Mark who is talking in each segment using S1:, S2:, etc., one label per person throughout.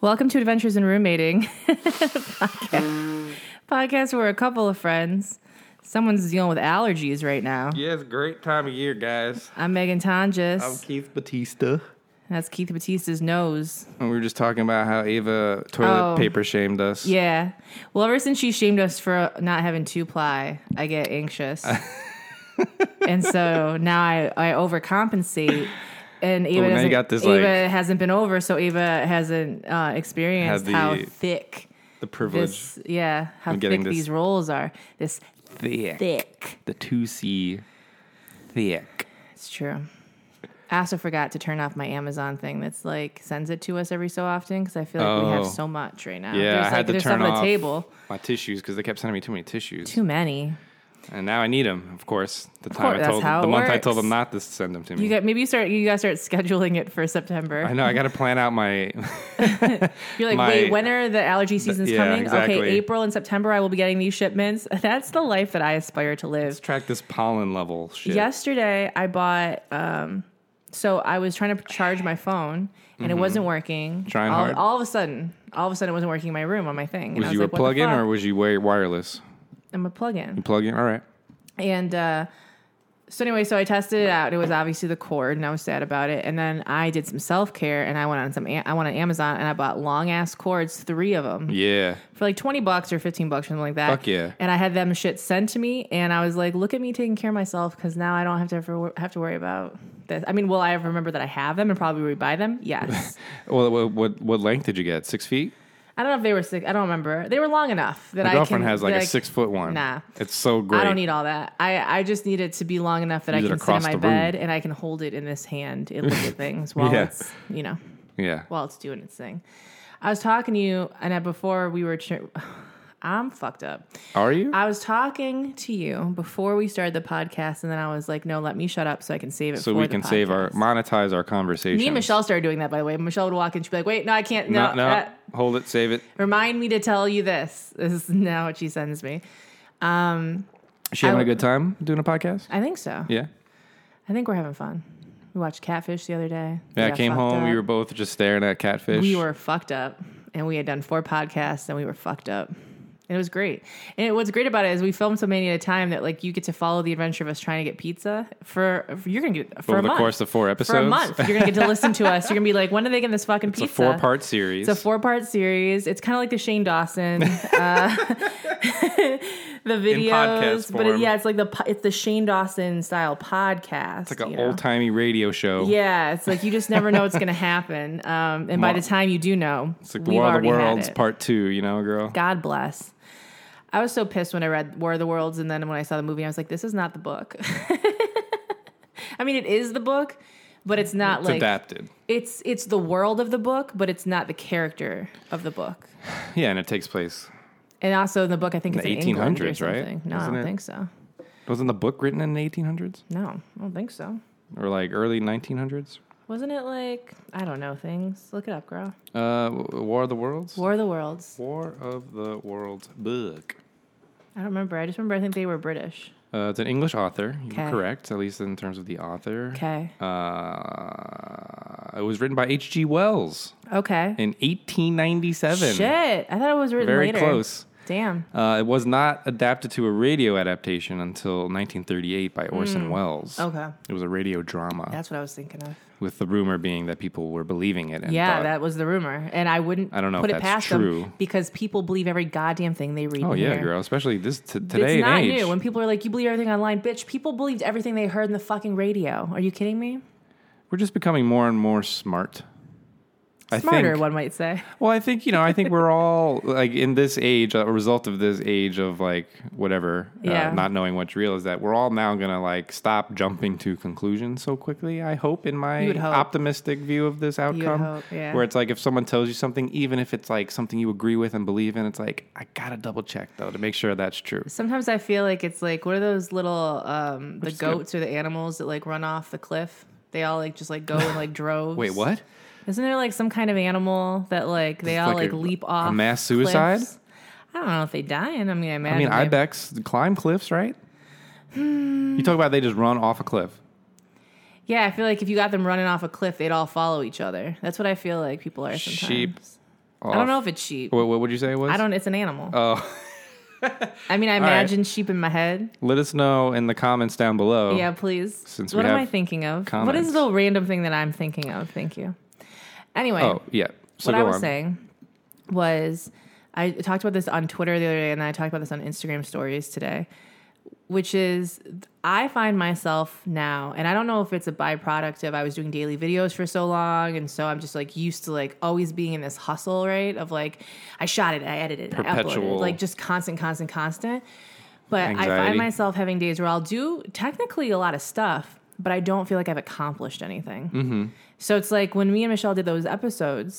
S1: Welcome to Adventures in Roommating podcast. podcast where a couple of friends, someone's dealing with allergies right now.
S2: Yeah, it's a great time of year, guys.
S1: I'm Megan Tonjes.
S2: I'm Keith Batista.
S1: That's Keith Batista's nose.
S2: And we were just talking about how Ava toilet
S1: Oh.
S2: paper shamed us.
S1: Yeah. Well, ever since she shamed us for not having two ply, I get anxious. and so now I, I overcompensate. And Ava,
S2: Oh, now you
S1: doesn't-
S2: got this,
S1: Ava
S2: like-
S1: hasn't been over, so Ava hasn't uh, experienced
S2: Had
S1: how
S2: the
S1: thick
S2: The privilege.
S1: this, yeah, how
S2: getting
S1: thick
S2: this-
S1: these rolls are. This
S2: thick.
S1: thick.
S2: The 2C. Thick.
S1: It's true. I also forgot to turn off my Amazon thing that's like sends it to us every so often because I feel like we have
S2: Oh.
S1: so much right now.
S2: Yeah,
S1: there's
S2: I
S1: like
S2: had to
S1: there's
S2: turn
S1: stuff
S2: off
S1: on the table.
S2: my tissues because they kept sending me too many tissues.
S1: Too many.
S2: And now I need them, of course. The time
S1: course,
S2: I
S1: that's
S2: told
S1: how
S2: them, the
S1: it
S2: month I
S1: works.
S2: told them not to send them to me.
S1: You got maybe you start you guys start scheduling it for September.
S2: I know I got to plan out my
S1: You're like,
S2: my-
S1: wait, when are the allergy seasons
S2: yeah,
S1: coming?
S2: exactly.
S1: Okay, April and September, I will be getting these shipments. That's the life that I aspire to live.
S2: track this pollen level shit.
S1: Yesterday, I bought. Um, so I was trying to charge my phone, and it wasn't working.
S2: Mm-hmm. Trying
S1: all,
S2: hard.
S1: all of a sudden, all of a sudden, it wasn't working in my room on my thing. And I
S2: Was
S1: was
S2: you
S1: like,
S2: a
S1: what
S2: plug
S1: the
S2: in
S1: fuck?
S2: or was you wi- wireless?
S1: I'm a plug-in.
S2: Plug in? All right.
S1: And uh, so anyway, so I tested it out. It was obviously the cord, and I was sad about it. And then I did some self-care, and I went on some. A- I went on Amazon, and I bought long-ass cords, three of them
S2: Yeah.
S1: for like 20 bucks or 15 bucks, something like that.
S2: Fuck yeah.
S1: And I had them shit sent to me and I was like, look at me taking care of myself because now I don't have to ever have to worry about this. I mean, will I ever remember that I have them and probably rebuy them? Yes.
S2: Well, what, what, what length did you get? Six feet?
S1: I don't know if they were sick. I don't remember. They were long enough that
S2: My
S1: I
S2: girlfriend
S1: can,
S2: has like
S1: that
S2: a
S1: I-
S2: six foot one.
S1: Nah.
S2: It's so great.
S1: I don't need all that. I, I just need it to be long enough that
S2: Use
S1: I can
S2: it
S1: sit in
S2: across
S1: my
S2: the
S1: bed and I can hold it in this hand and look at things while
S2: Yeah.
S1: it's, you know,
S2: Yeah.
S1: while it's doing its thing. I was talking to you and I, before we were, ch- I'm fucked up.
S2: Are you?
S1: I was talking to you before we started the podcast, and then I was like, "No, let me shut up so I can save it."
S2: so
S1: for
S2: we
S1: the
S2: can save our
S1: podcast."
S2: monetize our conversation.
S1: Me and Michelle started doing that, by the way. Michelle would walk in, she'd be like, "Wait, no, I can't. No,
S2: No, no.
S1: uh,
S2: hold it. Save it.
S1: remind me to tell you this." This is now what she sends me.
S2: Is she having
S1: I-
S2: a good time doing a podcast?
S1: I think so.
S2: Yeah.
S1: I think we're having fun. We watched Catfish the other day. We
S2: Yeah. I
S1: got
S2: came
S1: fucked
S2: home. We
S1: up.
S2: were both just staring at catfish.
S1: we were fucked up, and we had done four podcasts, and we were fucked up. And it was great. And it, what's great about it is we filmed so many at a time that like you get to follow the adventure of us trying to get pizza for, you're gonna get for
S2: over
S1: a
S2: the
S1: month.
S2: course of four episodes.
S1: for a month. You're gonna get to listen to us. You're gonna be like, when are they getting this fucking
S2: It's a
S1: pizza?
S2: four part series.
S1: It's a four part series. It's kind of like the Shane Dawson, uh, the videos,
S2: podcast
S1: but it,
S2: form.
S1: yeah, it's like the po- it's the Shane Dawson style podcast.
S2: It's like
S1: you
S2: an
S1: know?
S2: old timey radio show.
S1: Yeah, it's like you just never know what's gonna happen, um, and by
S2: Mo-
S1: the time you do know,
S2: It's like the
S1: we've
S2: War of
S1: already
S2: the
S1: had
S2: Worlds
S1: it.
S2: part two, you know, girl.
S1: God bless. I was so pissed when I read War of the Worlds, and then when I saw the movie, I was like, this is not the book. I mean, it is the book, but it's not
S2: It's
S1: like
S2: adapted.
S1: it's it's the world of the book, but it's not the character of the book.
S2: Yeah, and it takes place.
S1: And also in the book, I think it's
S2: The
S1: in England or
S2: 1800s, right?
S1: something. No, I
S2: Isn't
S1: don't
S2: it?
S1: think so.
S2: Wasn't the book written in the 1800s
S1: No, I don't think so.
S2: or like early 1900s?
S1: Wasn't it like I don't know things? Look it up, girl.
S2: Uh, W- War of the Worlds?
S1: War of the Worlds.
S2: War of the Worlds book.
S1: I don't remember. I just remember I think they were British.
S2: Uh, it's an English author. You're
S1: Okay.
S2: correct, at least in terms of the author.
S1: Okay.
S2: Uh, it was written by H.G. Wells
S1: Okay.
S2: in 1897.
S1: Shit, I thought it was written
S2: Very
S1: later.
S2: close.
S1: Damn.
S2: Uh, it was not adapted to a radio adaptation until 1938 by Orson Welles.
S1: Hmm. Okay.
S2: It was a radio drama,
S1: That's what I was thinking of.
S2: with the rumor being that people were believing it. And
S1: Yeah,
S2: thought,
S1: that was the rumor, and I wouldn't.
S2: I don't know
S1: put
S2: if
S1: it past
S2: that's true.
S1: them because people believe every goddamn thing they read.
S2: Oh
S1: in
S2: yeah,
S1: here.
S2: girl. Especially this t- today
S1: It's not
S2: and age.
S1: new. When people are like, "You believe everything online, bitch." People believed everything they heard in the fucking radio. Are you kidding me?
S2: We're just becoming more and more smart. I
S1: Smarter,
S2: think-
S1: one might say.
S2: Well, I think you know. I think we're all like in this age, a result of this age of like whatever,
S1: Yeah.
S2: uh, not knowing what's real, is that we're all now gonna like stop jumping to conclusions so quickly. I hope, in
S1: You
S2: my
S1: would hope.
S2: optimistic view of this outcome,
S1: hope, yeah.
S2: where it's like if someone tells you something, even if it's like something you agree with and believe in, it's like I gotta double check though to make sure that's true.
S1: Sometimes I feel like it's like what are those little um the
S2: good.
S1: goats or the animals that like run off the cliff? They all like just like go in like droves.
S2: Wait, what?
S1: Isn't there like some kind of animal that like they
S2: It's
S1: all like,
S2: like a-
S1: leap
S2: a
S1: off?
S2: mass suicide?
S1: cliffs? I don't know if they die in. I mean, I
S2: I mean,
S1: imagine. they-
S2: ibex climb cliffs, right?
S1: Hmm.
S2: You talk about they just run off a cliff.
S1: yeah, I feel like if you got them running off a cliff, they'd all follow each other. That's what I feel like people are sometimes.
S2: Sheep.
S1: I don't know if it's sheep.
S2: What, what would you say it was?
S1: I don't. It's an animal.
S2: Oh,
S1: I mean, I
S2: right.
S1: imagine sheep in my head.
S2: let us know in the comments down below.
S1: Yeah, please.
S2: Oh. Since
S1: what
S2: we
S1: am I
S2: have
S1: thinking of? What
S2: comments.
S1: is the random thing that I'm thinking of? Thank you. Anyway,
S2: Oh, yeah. So
S1: what
S2: go
S1: I was
S2: on.
S1: saying was I talked about this on Twitter the other day, and I talked about this on Instagram stories today, which is I find myself now, and I don't know if it's a byproduct of I was doing daily videos for so long, and so I'm just like used to like always being in this hustle, right? Of like I shot it, I edited, it, I
S2: Perpetual.
S1: uploaded, like just constant, constant, constant. But I
S2: Anxiety.
S1: find myself having days where I'll do technically a lot of stuff, but I don't feel like I've accomplished anything.
S2: Mm-hmm.
S1: So it's like when me and Michelle did those episodes,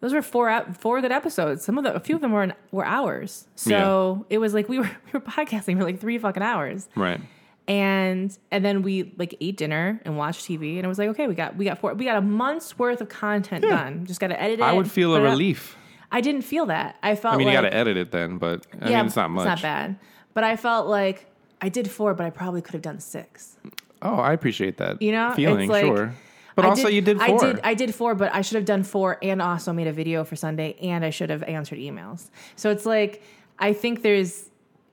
S1: those were four out four good episodes. Some of the a few of them were an, were hours. So it was like we were we were podcasting for like three fucking hours,
S2: Right.
S1: and and then we like ate dinner and watched TV, and it was like okay, we got we got four we got a month's worth of content done. Just got to edit it.
S2: I would feel
S1: put
S2: a
S1: it up.
S2: relief.
S1: I didn't feel that. I felt
S2: I mean,
S1: uh, like
S2: you got to edit it then, but I mean, it's not much.
S1: It's not bad, but I felt like I did four, but I probably could have done six.
S2: Oh, I appreciate that.
S1: You know, it's
S2: feeling
S1: like,
S2: sure. But
S1: I
S2: also, you did four.
S1: I did. I did four, but I should have done four and also made a video for Sunday, and I should have answered emails. So it's like I think there's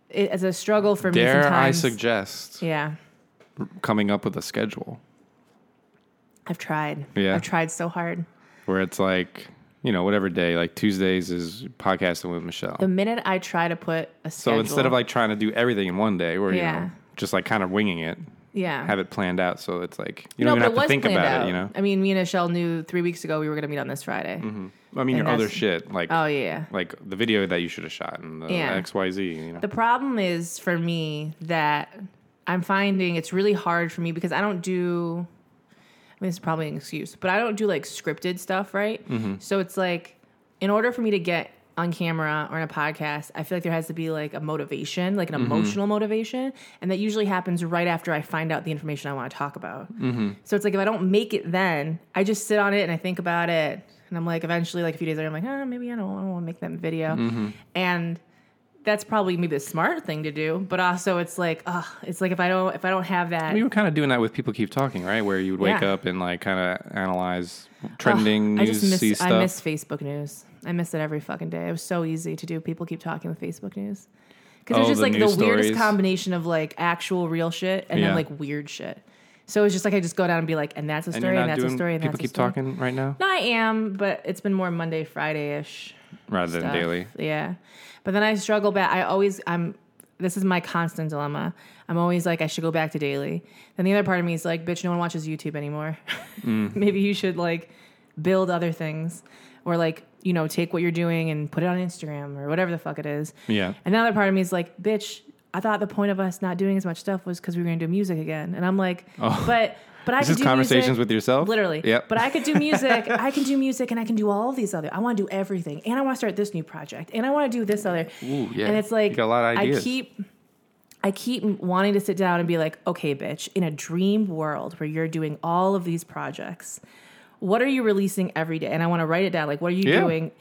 S1: it, as a struggle for me
S2: Dare I
S1: sometimes.
S2: suggest
S1: yeah,
S2: coming up with a schedule
S1: I've tried.
S2: Yeah.
S1: I've tried so hard.
S2: where it's like, you know, whatever day, like Tuesdays is podcasting with Michelle.
S1: The minute I try to put a
S2: so
S1: schedule,
S2: instead of like trying to do everything in one day, where, you
S1: Yeah.
S2: know, just like kind of winging it,
S1: yeah,
S2: have it planned out. So it's like, you don't even have to think about it, you know? Mm-hmm.
S1: I mean, me and Michelle knew three weeks ago we were going to meet on this Friday.
S2: I mean, your
S1: And
S2: other
S1: that's-
S2: shit, like,
S1: Oh yeah.
S2: like the video that you should have shot and the
S1: Yeah.
S2: XYZ, you know?
S1: The problem is for me that I'm finding it's really hard for me because I don't do. I mean, it's probably an excuse, but I don't do like scripted stuff, right? So it's like, in order for me to get on camera or in a podcast, I feel like there has to be like a motivation, like an emotional motivation, and that usually happens right after I find out the information I want to talk about. So it's like if I don't make it then, I just sit on it and I think about it, and I'm like, eventually, like a few days later, I'm like, ah, maybe I don't, I don't want to make that video,
S2: Mm-hmm.
S1: and that's probably maybe the smart thing to do, but also it's like, ah, it's like if I don't if I don't have that,
S2: we were kind of doing that with people keep talking, right? Where you would wake
S1: Yeah.
S2: up and like kind of analyze trending
S1: I
S2: news,
S1: just miss
S2: see stuff.
S1: I miss Facebook news. I miss it every fucking day. It was so easy to do. People keep talking with Facebook news because
S2: Oh,
S1: it's just
S2: the
S1: like the
S2: news
S1: weirdest
S2: stories.
S1: combination of like actual real shit and
S2: Yeah.
S1: then like weird shit. So it's just like I just go down and be like, and that's a
S2: and you're
S1: story, and,
S2: not
S1: that's a
S2: doing
S1: story, and
S2: people
S1: that's a
S2: keep
S1: story.
S2: talking right now
S1: No, I am, but it's been more Monday, Friday ish.
S2: rather than
S1: stuff.
S2: daily.
S1: Yeah. But then I struggle back. I always, I'm, this is my constant dilemma. I'm always like, I should go back to daily. Then the other part of me is like, bitch, no one watches YouTube anymore.
S2: Mm.
S1: Maybe you should like build other things or like, you know, take what you're doing and put it on Instagram or whatever the fuck it is.
S2: Yeah.
S1: And the other part of me is like, bitch, I thought the point of us not doing as much stuff was because we were going to do music again. And I'm like, but, but I
S2: Is
S1: could
S2: Oh. this
S1: do
S2: conversations
S1: music-
S2: with yourself?
S1: Literally.
S2: Yep.
S1: But I could do music. I can do music and I can do all of these other. I want to do everything. And I want to start this new project. And I want to do this other.
S2: Ooh, yeah.
S1: And it's
S2: You
S1: like
S2: got a lot of ideas.
S1: I keep I keep wanting to sit down and be like, "Okay, bitch, in a dream world where you're doing all of these projects, what are you releasing every day?" And I want to write it down like, "What are you
S2: Yeah.
S1: doing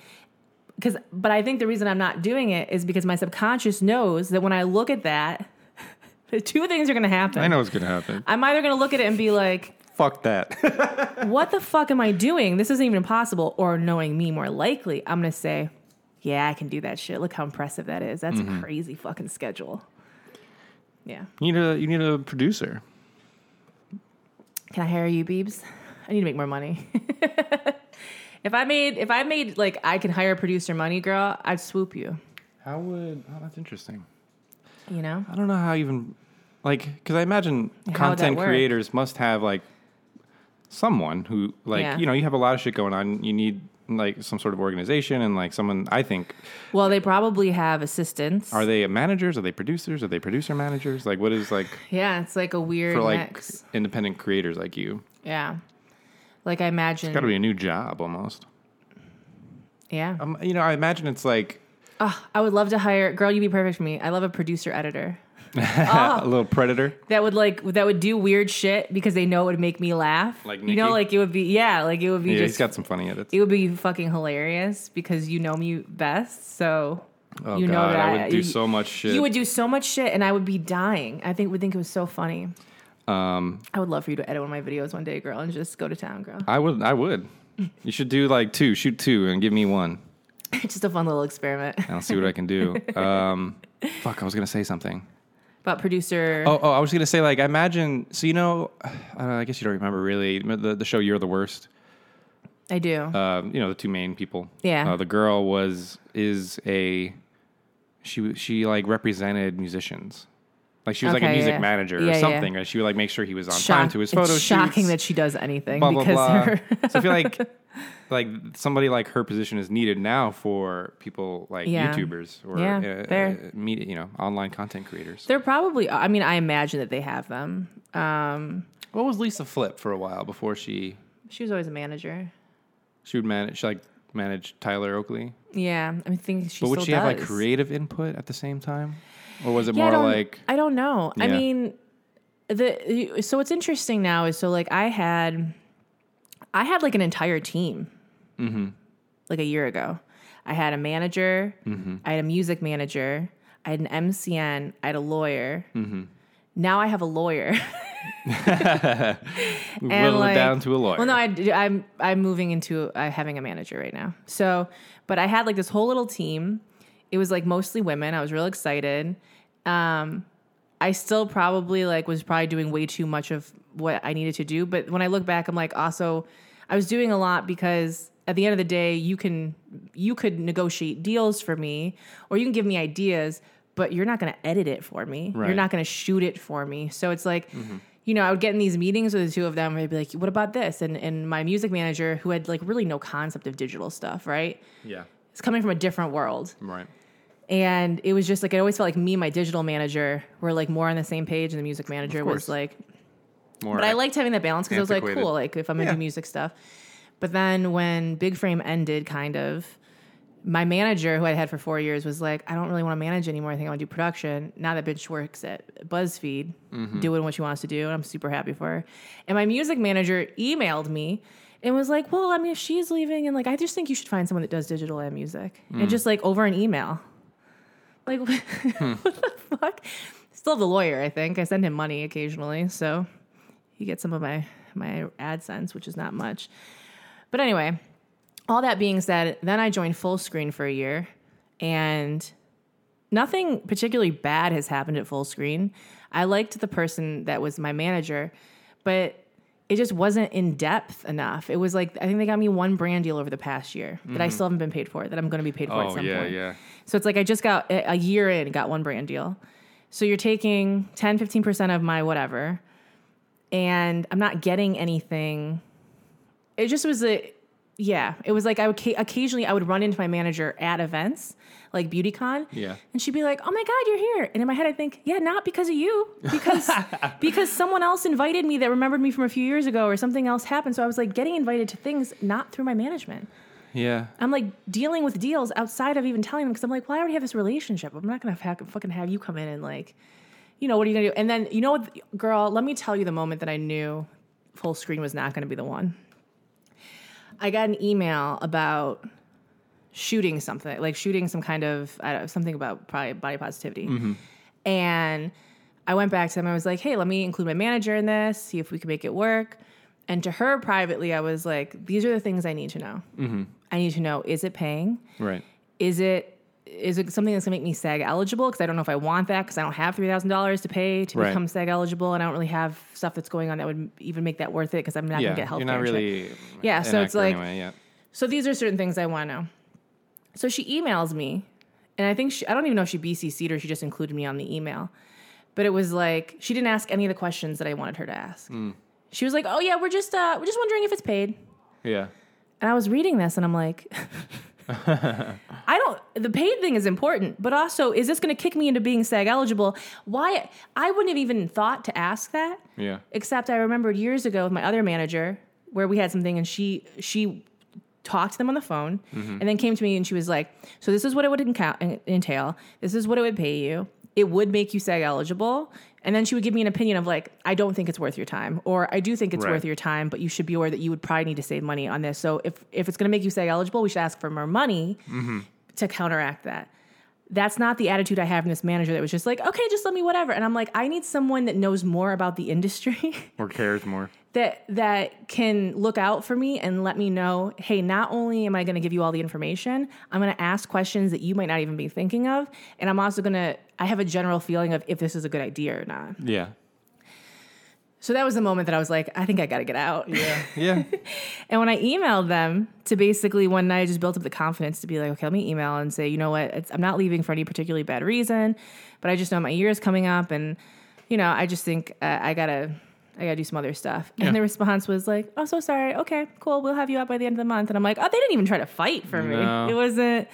S1: because but i think the reason i'm not doing it is because my subconscious knows that when i look at that the two things are going to happen
S2: I know it's gonna happen.
S1: i'm either going to look at it and be like
S2: Fuck that.
S1: what the fuck am i doing this isn't even possible or knowing me more likely i'm going to say yeah i can do that shit look how impressive that is that's
S2: Mm-hmm.
S1: a crazy fucking schedule yeah
S2: you need a you need a producer.
S1: can i hire you beebs i need to make more money if i made if i made like i can hire a producer money girl i'd swoop you
S2: How would? Oh, that's interesting.
S1: you know
S2: I don't know how even like because I imagine
S1: How'd that
S2: content
S1: work?
S2: creators must have like someone who like
S1: Yeah.
S2: you know you have a lot of shit going on. You need like some sort of organization and like someone. I think
S1: Well, they probably have assistants.
S2: are they managers? Are they producers? Are they producer managers? Like what is like
S1: yeah, it's like a weird
S2: for like
S1: mix.
S2: independent creators like you?
S1: Yeah. Like I
S2: Got to
S1: imagine.
S2: be a new job almost.
S1: Yeah.
S2: Um, you know, I imagine it's like
S1: Ah, I would love to hire girl, you'd be perfect for me. I love a producer editor. Oh.
S2: a little predator.
S1: That would like that would do weird shit because they know it would make me laugh.
S2: Like
S1: you know,
S2: Nikki?
S1: like it would be yeah, like it would be
S2: Yeah, he's
S1: just
S2: got some funny edits.
S1: it would be fucking hilarious because you know me best, so
S2: Oh
S1: you know
S2: god,
S1: that
S2: I would do
S1: you-
S2: so much shit.
S1: You would do so much shit, and I would be dying. I think would think it was so funny.
S2: um,
S1: I would love for you to edit one of my videos one day, girl, and just go to town, girl.
S2: I would. I would. You should do like two. Shoot two and give me one.
S1: Just a fun little experiment.
S2: I'll see what I can do. Um, fuck, I was gonna say something.
S1: But producer,
S2: Oh, oh, I was gonna say like I imagine. So you know, I, don't know, I guess you don't remember really the the show You're the Worst.
S1: I do.
S2: Um, you know the two main people.
S1: Yeah.
S2: Uh, the girl was is a she she like represented musicians. Like she was like
S1: Okay,
S2: a music
S1: yeah.
S2: manager
S1: Yeah,
S2: or
S1: yeah.
S2: something. and She would like make sure he was on time
S1: Shock-
S2: to his
S1: it's
S2: photo
S1: shocking
S2: shoots,
S1: that she does anything
S2: blah blah
S1: because
S2: blah.
S1: her.
S2: so I feel like like somebody like her position is needed now for people like
S1: Yeah.
S2: YouTubers or
S1: Yeah, fair.
S2: uh, uh, media, you know, online content creators.
S1: They're probably. I mean, I imagine that they have them. Um,
S2: What was Lisa Flip for a while before she
S1: she was always a manager.
S2: she would manage she like manage Tyler Oakley?
S1: Yeah, I mean, think she.
S2: But would
S1: still
S2: she
S1: does.
S2: have like creative input at the same time, or was it
S1: Yeah, I
S2: more
S1: don't-
S2: like
S1: I don't know. I
S2: Yeah.
S1: mean, the so what's interesting now is so like I had, I had like an entire team,
S2: Mm-hmm.
S1: like a year ago. I had a manager.
S2: Mm-hmm.
S1: I had a music manager. I had an MCN. I had a lawyer.
S2: Mm-hmm.
S1: Now I have a lawyer. and
S2: whittle it down to a lawyer?
S1: Well, no, I, I'm I'm moving into uh, having a manager right now. So, but I had like this whole little team. It was like mostly women. I was real excited. Um, I still probably like was probably doing way too much of what I needed to do. But when I look back, I'm like also I was doing a lot because at the end of the day, you can you could negotiate deals for me or you can give me ideas, but you're not going to edit it for me. You're
S2: Right.
S1: not going to shoot it for me. So it's like. You know, I would get in these meetings with the two of them, and they'd be like, "What about this?" And and my music manager, who had like really no concept of digital stuff, right?
S2: yeah,
S1: It's coming from a different world,
S2: right.
S1: and it was just like it always felt like me and my digital manager were like more on the same page and the music manager was
S2: course.
S1: like
S2: More
S1: but i liked having that balance because i was like
S2: Antiquated.
S1: cool like if i'm gonna
S2: Yeah.
S1: do music stuff but then when big frame ended kind of my manager who i had for four years was like i don't really want to manage anymore i think i want to do production now that bitch works at buzzfeed
S2: Mm-hmm.
S1: doing what she wants to do and i'm super happy for her and my music manager emailed me and was like well i mean if she's leaving and like i just think you should find someone that does digital and music
S2: Mm.
S1: and just like over an email like what
S2: Hmm.
S1: the fuck? Still the lawyer, I think. I send him money occasionally, so he gets some of my my AdSense, which is not much. But anyway, all that being said, then I joined full screen for a year and nothing particularly bad has happened at full screen. I liked the person that was my manager, but it just wasn't in depth enough. It was like I think they got me one brand deal over the past year that I still haven't been paid for, that I'm gonna be paid for at
S2: Mm-hmm. Oh
S1: some
S2: yeah,
S1: point.
S2: yeah.
S1: So it's like I just got a a year in, got one brand deal. So you're taking 10, 15% of my whatever, and I'm not getting anything. It just was a, yeah, it was like I would ca- occasionally I would run into my manager at events like BeautyCon.
S2: Yeah.
S1: And she'd be like, "Oh my god, you're here!" And in my head, I think, "Yeah, not because of you, because because someone else invited me that remembered me from a few years ago, or something else happened." So I was like getting invited to things not through my management.
S2: Yeah.
S1: I'm like dealing with deals outside of even telling them because I'm like, well, I already have this relationship. I'm not gonna fa- fucking have you come in and like, you know, what are you gonna do? And then you know what, girl, let me tell you the moment that I knew full screen was not gonna be the one. I got an email about shooting something, like shooting some kind of I don't know, something about probably body positivity, and I went back to them. I was like, hey, let me include my manager in this, see if we can make it work. And to her privately, I was like, these are the things I need to know. I need to know is it paying?
S2: Right.
S1: Is it is it something that's gonna make me SAG eligible? Because I don't know if I want that because I don't have three thousand dollars to pay to
S2: Right.
S1: become SAG eligible, and I don't really have stuff that's going on that would even make that worth it because I'm not
S2: Yeah.
S1: gonna get health.
S2: You're not really.
S1: Yeah, so
S2: an
S1: it's
S2: actor
S1: like-
S2: anyway, yeah.
S1: So these are certain things I want to know. So she emails me, and I think she, I don't even know if she BCC'd or she just included me on the email, but it was like she didn't ask any of the questions that I wanted her to ask.
S2: Hmm.
S1: She was like, "Oh yeah, we're just uh, we're just wondering if it's paid."
S2: Yeah.
S1: And I was reading this and I'm like, I don't, the paid thing is important, but also, is this going to kick me into being SAG eligible? Why? I wouldn't have even thought to ask that,
S2: Yeah.
S1: except I remembered years ago with my other manager where we had something and she, she, talked to them on the phone and then came to me and she was like so this is what it would encou- entail this is what it would pay you it would make you sag eligible and then she would give me an opinion of like i don't think it's worth your time or i do think it's
S2: Right.
S1: worth your time but you should be aware that you would probably need to save money on this so if if it's going to make you sag eligible we should ask for more money to counteract that that's not the attitude I have in this manager that was just like, okay, just let me whatever. And I'm like, I need someone that knows more about the industry
S2: Or cares more.
S1: that that can look out for me and let me know, hey, not only am I going to give you all the information, I'm going to ask questions that you might not even be thinking of, and I'm also going to I have a general feeling of if this is a good idea or not.
S2: Yeah.
S1: So that was the moment that I was like, I think I got to get out. Yeah.
S2: Yeah.
S1: and when I emailed them to basically one night, I just built up the confidence to be like, okay, let me email and say, you know what, it's, I'm not leaving for any particularly bad reason, but I just know my year is coming up, and you know, I just think uh, I gotta. I gotta do some other stuff. And
S2: Yeah.
S1: the response was like, Oh, so sorry. Okay, cool. We'll have you out by the end of the month. And I'm like, Oh, they didn't even try to fight for
S2: No.
S1: me. It wasn't,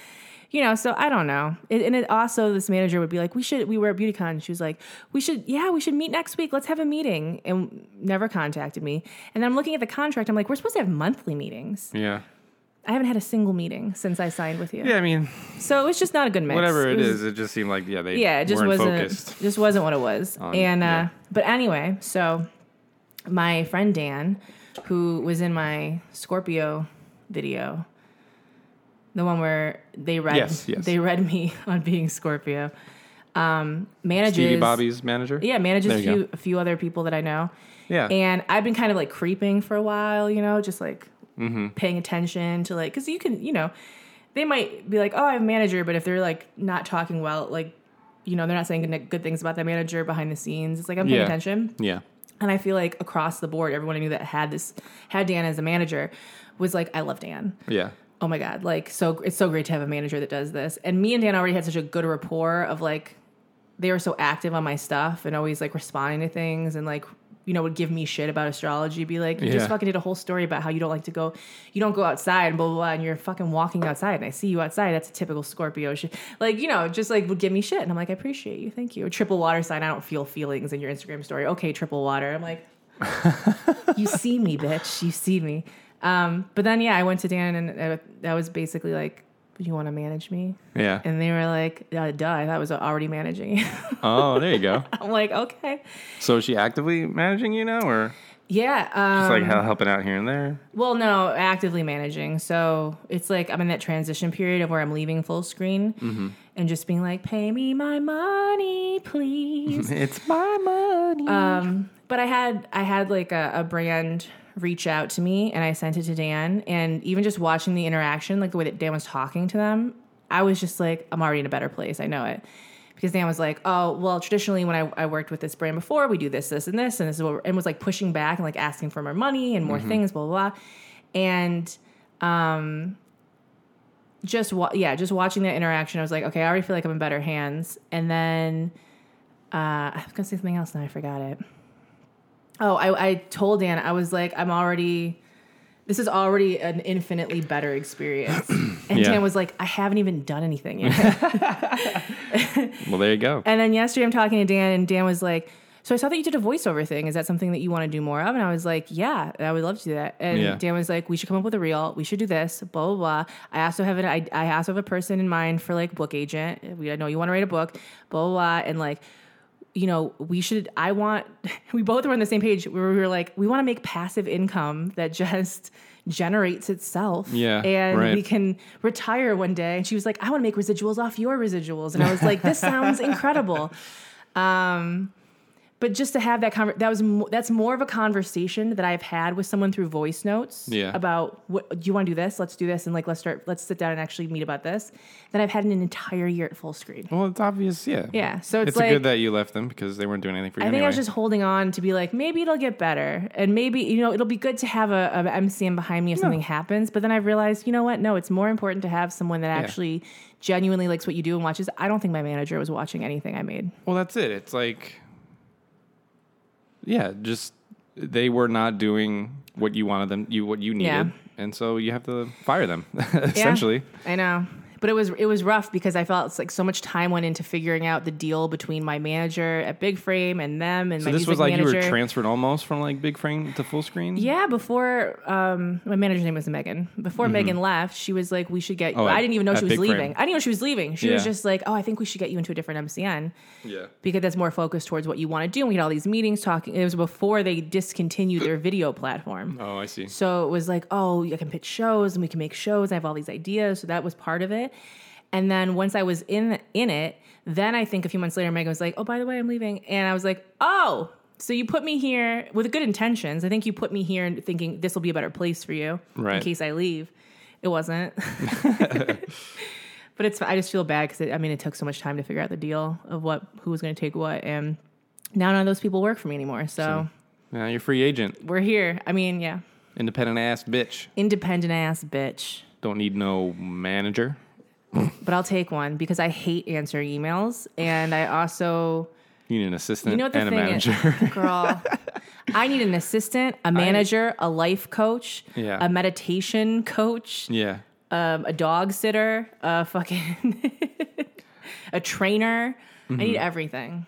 S1: you know, so I don't know. It, and it also, this manager would be like, We should, we were at BeautyCon. She was like, We should, yeah, we should meet next week. Let's have a meeting. And never contacted me. And then I'm looking at the contract. I'm like, We're supposed to have monthly meetings.
S2: yeah.
S1: I haven't had a single meeting since I signed with you.
S2: Yeah. I mean,
S1: So it was just not a good mix.
S2: whatever it
S1: was-
S2: is, it just seemed like yeah they
S1: yeah, it just
S2: weren't
S1: wasn't
S2: focused.
S1: just wasn't what it was.
S2: on-
S1: and uh,
S2: yeah.
S1: but anyway, so my friend Dan, who was in my Scorpio video, the one where they read
S2: Yes, yes.
S1: they read me on being Scorpio, um, manages
S2: Stevie Bobby's manager.
S1: yeah manages
S2: There
S1: a
S2: you go.
S1: few a few other people that I know.
S2: Yeah.
S1: And I've been kind of like creeping for a while, you know, just like
S2: Mm-hmm.
S1: paying attention to like, because you can, you know, they might be like, oh, I have a manager, but if they're like not talking well, like, you know, they're not saying good, good things about that manager behind the scenes. It's like I'm paying
S2: Yeah.
S1: attention,
S2: yeah.
S1: and I feel like across the board, everyone I knew that had this had Dan as a manager was like, I love Dan
S2: Yeah.
S1: oh my god like so it's so great to have a manager that does this and me and dan already had such a good rapport of like they were so active on my stuff and always like responding to things and like you know would give me shit about astrology be like you
S2: Yeah.
S1: just fucking did a whole story about how you don't like to go you don't go outside and blah blah blah and you're fucking walking outside and i see you outside that's a typical scorpio shit like you know just like would give me shit and i'm like i appreciate you thank you triple water sign i don't feel feelings in your instagram story okay triple water i'm like you see me, bitch. You see me. Um, but then, yeah, I went to Dan and uh, that was basically like, you want to manage me?
S2: Yeah.
S1: And they were like, uh, duh, I thought I was already managing.
S2: oh, there you go.
S1: I'm like, okay.
S2: So is she actively managing you now, or
S1: Yeah.
S2: just
S1: Um,
S2: like hel- helping out here and there?
S1: well, no, actively managing. So it's like I'm in that transition period of where I'm leaving full screen and just being like, pay me my money, please.
S2: It's my money.
S1: Um, but I had I had like a, a brand reach out to me, and I sent it to Dan. And even just watching the interaction, like the way that Dan was talking to them, I was just like, I'm already in a better place. I know it. Because Dan was like, "Oh, well, traditionally when I, I worked with this brand before, we do this, this, and this, and this is what," we're, and was like pushing back and like asking for more money and more things, blah blah, blah. and just wa- yeah, just watching that interaction, I was like, okay, I already feel like I'm in better hands. And then uh, I was gonna say something else, and I forgot it. Oh, I, I told Dan I was like, I'm already. This is already an infinitely better experience. And
S2: Yeah.
S1: Dan was like, I haven't even done anything yet.
S2: well, there you go.
S1: and then yesterday I'm talking to Dan, and Dan was like, So I saw that you did a voiceover thing. Is that something that you want to do more of? And I was like, Yeah, I would love to do that. And
S2: Yeah.
S1: Dan was like, We should come up with a reel. We should do this. Blah blah blah. I also have an I, I also have a person in mind for like book agent. We I know you want to write a book. Blah blah blah. And like you know, we should, I want, we both were on the same page where we were like, we want to make passive income that just generates itself.
S2: Yeah,
S1: And
S2: right.
S1: we can retire one day. And she was like, I want to make residuals off your residuals. And I was like, this sounds incredible. Um, but just to have that conver- that was mo- that's more of a conversation that I've had with someone through voice notes
S2: Yeah.
S1: about what do you want to do this? Let's do this and like let's start let's sit down and actually meet about this. That I've had in an entire year at full screen.
S2: Well, it's obvious. Yeah.
S1: Yeah, so it's,
S2: It's,
S1: like
S2: good that you left them because they weren't doing anything for
S1: I
S2: you.
S1: think
S2: anyway.
S1: I was just holding on to be like, maybe it'll get better. And maybe, you know, it'll be good to have a, a MCM behind me if something happens. But then I realized, you know what? No, it's more important to have someone that actually genuinely likes what you do and watches. I don't think my manager was watching anything I made.
S2: Well, that's it. It's like, yeah, just they were not doing what you wanted them, you what you needed,
S1: Yeah.
S2: and so you have to fire them, essentially.
S1: I know. But it was it was rough because I felt it's like so much time went into figuring out the deal between my manager at Big Frame and them and
S2: So
S1: my
S2: this
S1: music
S2: was like
S1: manager.
S2: you were transferred almost from like big frame to full screen.
S1: Yeah, before um, my manager's name was Megan. Before Megan left, she was like, "We should get."
S2: Mm-hmm. Oh, at-
S1: I didn't even know
S2: at
S1: she was
S2: Big Frame.
S1: leaving. I didn't know she was leaving. She was
S2: Yeah.
S1: just like, "Oh, I think we should get you into a different MCN
S2: yeah,
S1: because that's more focused towards what you want to do." And we had all these meetings talking. It was before they discontinued their video platform.
S2: Oh, I see.
S1: So it was like, oh, I can pitch shows and we can make shows. I have all these ideas. So that was part of it. And then once I was in in it, then I think a few months later, Megan was like, oh, by the way, I'm leaving. And I was like, oh, So you put me here with good intentions. I think you put me here and thinking this will be a better place for you in
S2: Right.
S1: case I leave. It wasn't. but it's I just feel bad because I mean it took so much time to figure out the deal of what who was going to take what and now none of those people work for me anymore. So
S2: Now you're a free agent,
S1: we're here. I mean, yeah,
S2: independent ass bitch.
S1: independent ass bitch.
S2: Don't need no manager.
S1: But I'll take one because I hate answering emails and I also
S2: You need an assistant
S1: You know what the
S2: and a
S1: thing
S2: manager.
S1: is, girl. I need an assistant, a manager, a life coach,
S2: Yeah.
S1: a meditation coach,
S2: yeah.
S1: um, a dog sitter, a fucking a trainer. I need everything,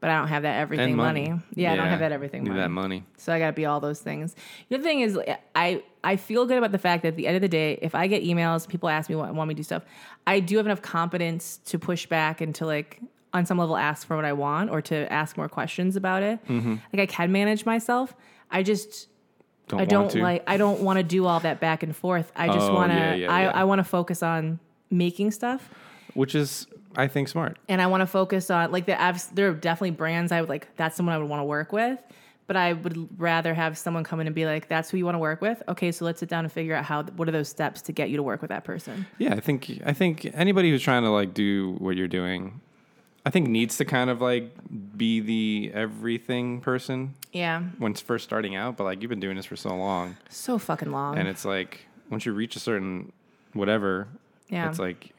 S1: but I don't have that everything
S2: Mm-hmm. And money.
S1: Yeah, I don't have that everything
S2: Need
S1: money.
S2: that money.
S1: So I got to be all those things. The other thing is, like, I I feel good about the fact that at the end of the day, if I get emails, people ask me what want me to do stuff, I do have enough competence to push back and to like on some level ask for what I want or to ask more questions about it.
S2: Mm-hmm.
S1: Like I can manage myself. I just
S2: Don't
S1: I
S2: want
S1: don't
S2: to.
S1: like I don't want to do all that back and forth. I just
S2: Oh,
S1: want to
S2: yeah, yeah,
S1: I,
S2: yeah.
S1: I want to focus on making stuff
S2: which is I think smart.
S1: and I want to focus on like the abs- there are definitely brands I would like that's someone I would want to work with, but I would rather have someone come in and be like that's who you want to work with. Okay, so let's sit down and figure out how what are those steps to get you to work with that person.
S2: Yeah, I think I think anybody who's trying to like do what you're doing, I think needs to kind of like be the everything person
S1: Yeah,
S2: when it's first starting out. But like you've been doing this for so long,
S1: so fucking long.
S2: and it's like once you reach a certain whatever,
S1: Yeah.
S2: it's like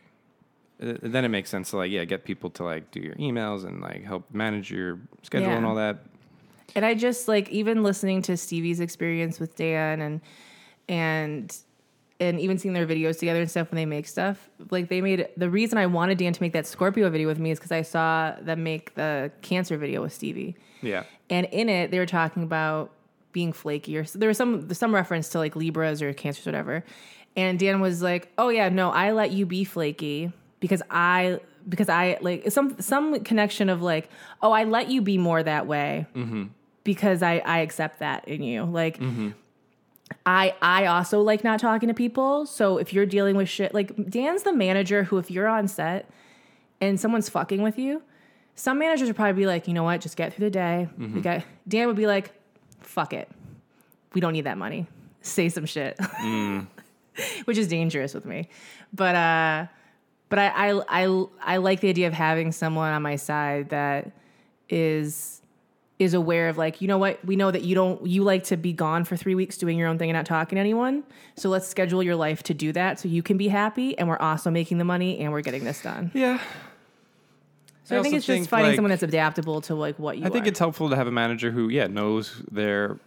S2: uh, then it makes sense to like yeah get people to like do your emails and like help manage your schedule
S1: Yeah.
S2: and all that.
S1: and I just like even listening to Stevie's experience with Dan and and and even seeing their videos together and stuff when they make stuff. Like they made the reason I wanted Dan to make that Scorpio video with me is because I saw them make the cancer video with Stevie.
S2: Yeah,
S1: and in it they were talking about being flaky or so there was some some reference to like libras or cancers or whatever and dan was like oh yeah no i let you be flaky because i because i like some some connection of like oh i let you be more that way because i i accept that in you like I I also like not talking to people. So if you're dealing with shit, like Dan's the manager who if you're on set and someone's fucking with you, some managers would probably be like, you know what, just get through the day. We got Dan would be like, fuck it. We don't need that money. Say some shit. Which is dangerous with me. But uh but I, I I I like the idea of having someone on my side that is is aware of like you know what we know that you don't you like to be gone for three weeks doing your own thing and not talking to anyone so let's schedule your life to do that so you can be happy and we're also making the money and we're getting this done
S2: yeah.
S1: so i, think
S2: also
S1: it's
S2: think,
S1: just finding
S2: like-
S1: someone that's adaptable to like what you
S2: I think
S1: are.
S2: it's helpful to have a manager who, yeah, knows their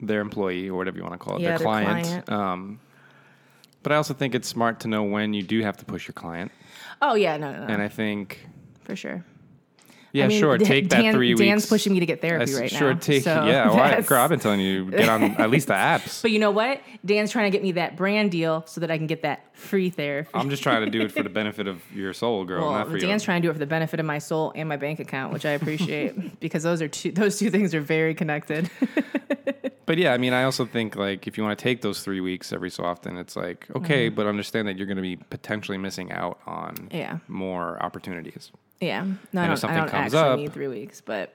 S2: their employee or whatever you want to call it,
S1: Yeah,
S2: their,
S1: their
S2: client.
S1: client.
S2: Um, but I also think it's smart to know when you do have to push your client.
S1: oh yeah no no, no
S2: And I think,
S1: for sure
S2: yeah,
S1: I mean,
S2: sure,
S1: Dan-
S2: take that
S1: Dan-
S2: three
S1: dan's
S2: weeks.
S1: pushing me to get
S2: I
S1: therapy
S2: s-
S1: right
S2: sure,
S1: now
S2: take
S1: so
S2: yeah. Well, I,
S1: that's-
S2: girl, I've been telling you get on at least the apps.
S1: but you know what dan's trying to get me that brand deal so that i can get that free therapy
S2: I'm just trying to do it for the benefit of your soul, girl,
S1: well,
S2: Oh, not for
S1: Dan's
S2: you.
S1: trying to do it for the benefit of my soul and my bank account, which I appreciate because those are two those two things are very connected.
S2: But yeah, I mean, I also think like if you want to take those three weeks every so often, it's like okay, but understand that you're going to be potentially missing out on
S1: Mm-hmm. Yeah.
S2: more opportunities.
S1: Yeah. No, I
S2: if
S1: don't, I
S2: something
S1: don't
S2: comes
S1: actually
S2: up-
S1: need three weeks, but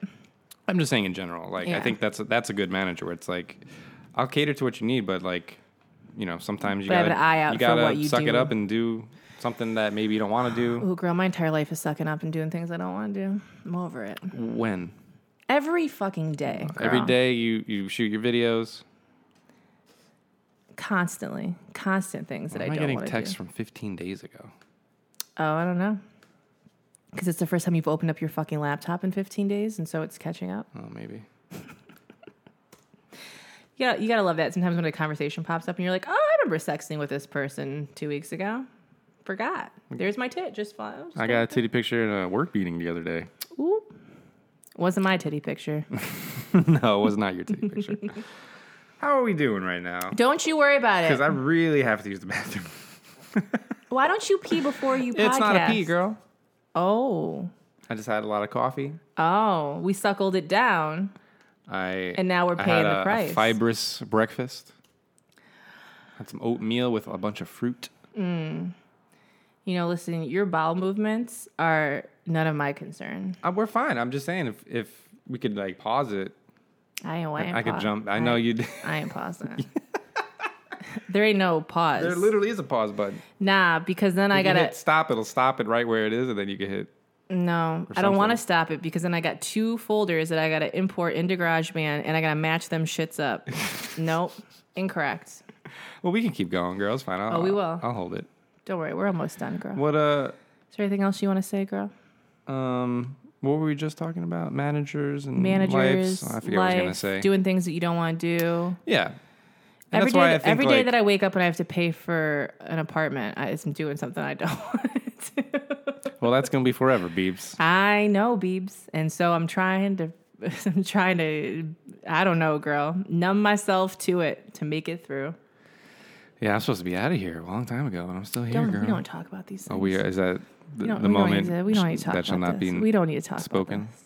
S2: I'm just saying in general. Like
S1: Yeah.
S2: I think that's a, that's a good manager where it's like I'll cater to what you need, but like you know sometimes you
S1: But have
S2: gotta
S1: an eye out
S2: you
S1: for
S2: gotta
S1: what you
S2: suck it
S1: do.
S2: up and do something that maybe you don't want to do.
S1: oh, girl, my entire life is sucking up and doing things I don't want to do. I'm over it.
S2: When
S1: Every fucking day. Girl.
S2: every day you you shoot your videos.
S1: Constantly. Constant things that
S2: Why
S1: I
S2: am I
S1: don't
S2: getting
S1: want to
S2: texts
S1: do.
S2: from 15 days ago?
S1: Oh, I don't know. Because it's the first time you've opened up your fucking laptop in 15 days, and so it's catching up.
S2: Oh, maybe.
S1: Yeah, you gotta love that. Sometimes when a conversation pops up and you're like, oh, I remember sexting with this person two weeks ago. Forgot. There's my tit. Just fly.
S2: I got a titty picture in a work meeting the other day.
S1: Ooh. Wasn't my titty picture.
S2: no, it was not your titty picture. How are we doing right now?
S1: don't you worry about it.
S2: Because I really have to use the bathroom.
S1: Why don't you pee before you podcast?
S2: It's not a pee, girl.
S1: Oh.
S2: I just had a lot of coffee.
S1: Oh, we suckled it down.
S2: I
S1: And now we're
S2: I
S1: paying
S2: had
S1: the
S2: a- a
S1: price.
S2: fibrous breakfast. Had some oatmeal with a bunch of fruit.
S1: You know, listen, your bowel movements are none of my concern.
S2: Uh, we're fine. I'm just saying if if we could like pause it.
S1: I ain't. I, ain't
S2: I could
S1: pause-
S2: jump. I know
S1: ain't-
S2: you. d-
S1: I ain't pausing. there ain't no pause.
S2: There literally is a pause button.
S1: nah, because then I
S2: If you
S1: gotta.
S2: hit stop. It'll stop it right where it is, and then you can hit.
S1: No, I don't want to
S2: something.
S1: stop it because then I got two folders that I got to import into GarageBand and I got to match them shits up. nope, incorrect.
S2: Well, we can keep going, girl. It's fine. I'll,
S1: Oh, we will.
S2: I'll hold it.
S1: Don't worry, we're almost done, girl.
S2: What uh,
S1: Is there anything else you want to say, girl?
S2: um, what were we just talking about? Managers and
S1: Managers,
S2: Lives? I forget what I was gonna
S1: life,
S2: say.
S1: doing things that you don't want to do.
S2: yeah. And
S1: Every
S2: that's
S1: day,
S2: why I think
S1: every day
S2: like,
S1: that I wake up and I have to pay for an apartment, I, it's doing something I don't want to. do.
S2: well, that's gonna be forever, Beebs.
S1: I know, Beebs, and so I'm trying to. I'm trying to. I don't know, girl. Numb myself to it to make it through.
S2: Yeah, I'm supposed to be out of here a long time ago, and I'm still here,
S1: Don't,
S2: girl.
S1: we don't talk about these things.
S2: oh, we are, is that the,
S1: We don't-
S2: the
S1: we don't
S2: moment
S1: need to- we don't need to talk
S2: that shall
S1: about
S2: not
S1: this.
S2: be
S1: we don't need to talk
S2: spoken?
S1: About this.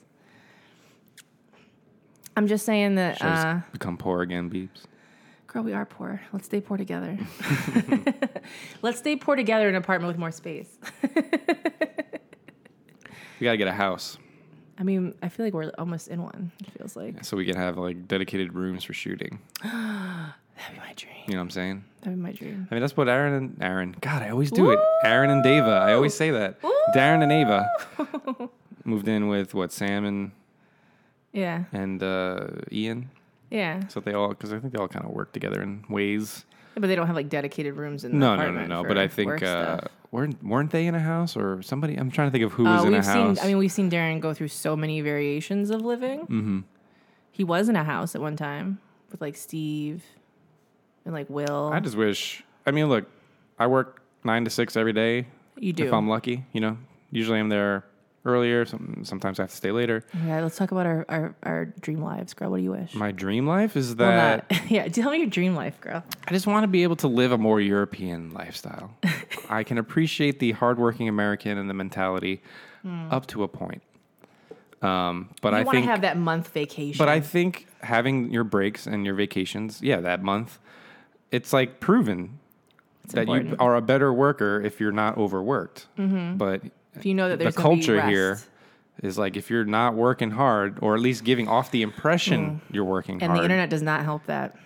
S1: I'm just saying that,
S2: shall
S1: uh,
S2: become poor again, Beebs.
S1: girl, we are poor. Let's stay poor together. Let's stay poor together in an apartment with more space.
S2: We gotta get a house
S1: I mean, I feel like we're almost in one. It feels like
S2: so we can have like dedicated rooms for shooting.
S1: that'd be my dream.
S2: You know what I'm saying?
S1: That'd be my dream.
S2: I mean, that's what Aaron and Aaron. God, I always do it. Aaron and Dava. I always say that.
S1: Woo!
S2: Darren and Ava moved in with what Sam and
S1: Yeah,
S2: and uh, Ian.
S1: yeah,
S2: So they all because I think they all kind of work together in ways.
S1: but they don't have like dedicated rooms in the
S2: No, no, no,
S1: apartment.
S2: no.
S1: for
S2: But I
S1: work
S2: think uh,
S1: stuff.
S2: weren't weren't they in a house or somebody? I'm trying to think of who
S1: Uh,
S2: was in a
S1: we've
S2: house.
S1: seen. I mean, we've seen Darren go through so many variations of living. Mm-hmm. He was in a house at one time with like Steve and like Will.
S2: I just wish. I mean, look, I work nine to six every day.
S1: you do.
S2: If I'm lucky, you know. Usually I'm there earlier. Some, sometimes I have to stay later.
S1: yeah, let's talk about our, our our dream lives, girl. What do you wish?
S2: My dream life is
S1: Well,
S2: that
S1: not- yeah, tell me your dream life, girl.
S2: I just want to be able to live a more European lifestyle. I can appreciate the hardworking American and the mentality up to a point. Um, but
S1: Hmm.
S2: I
S1: You want to
S2: think,
S1: have that month vacation.
S2: but I think having your breaks and your vacations, yeah, that month, it's like proven that you
S1: important. Mm-hmm.
S2: are a better worker if you're not overworked. But
S1: if you know that
S2: the
S1: there's gonna be
S2: culture here
S1: rest.
S2: is like if you're not working hard, or at least giving off the impression you're working
S1: Mm. and
S2: hard,
S1: the internet does not help that.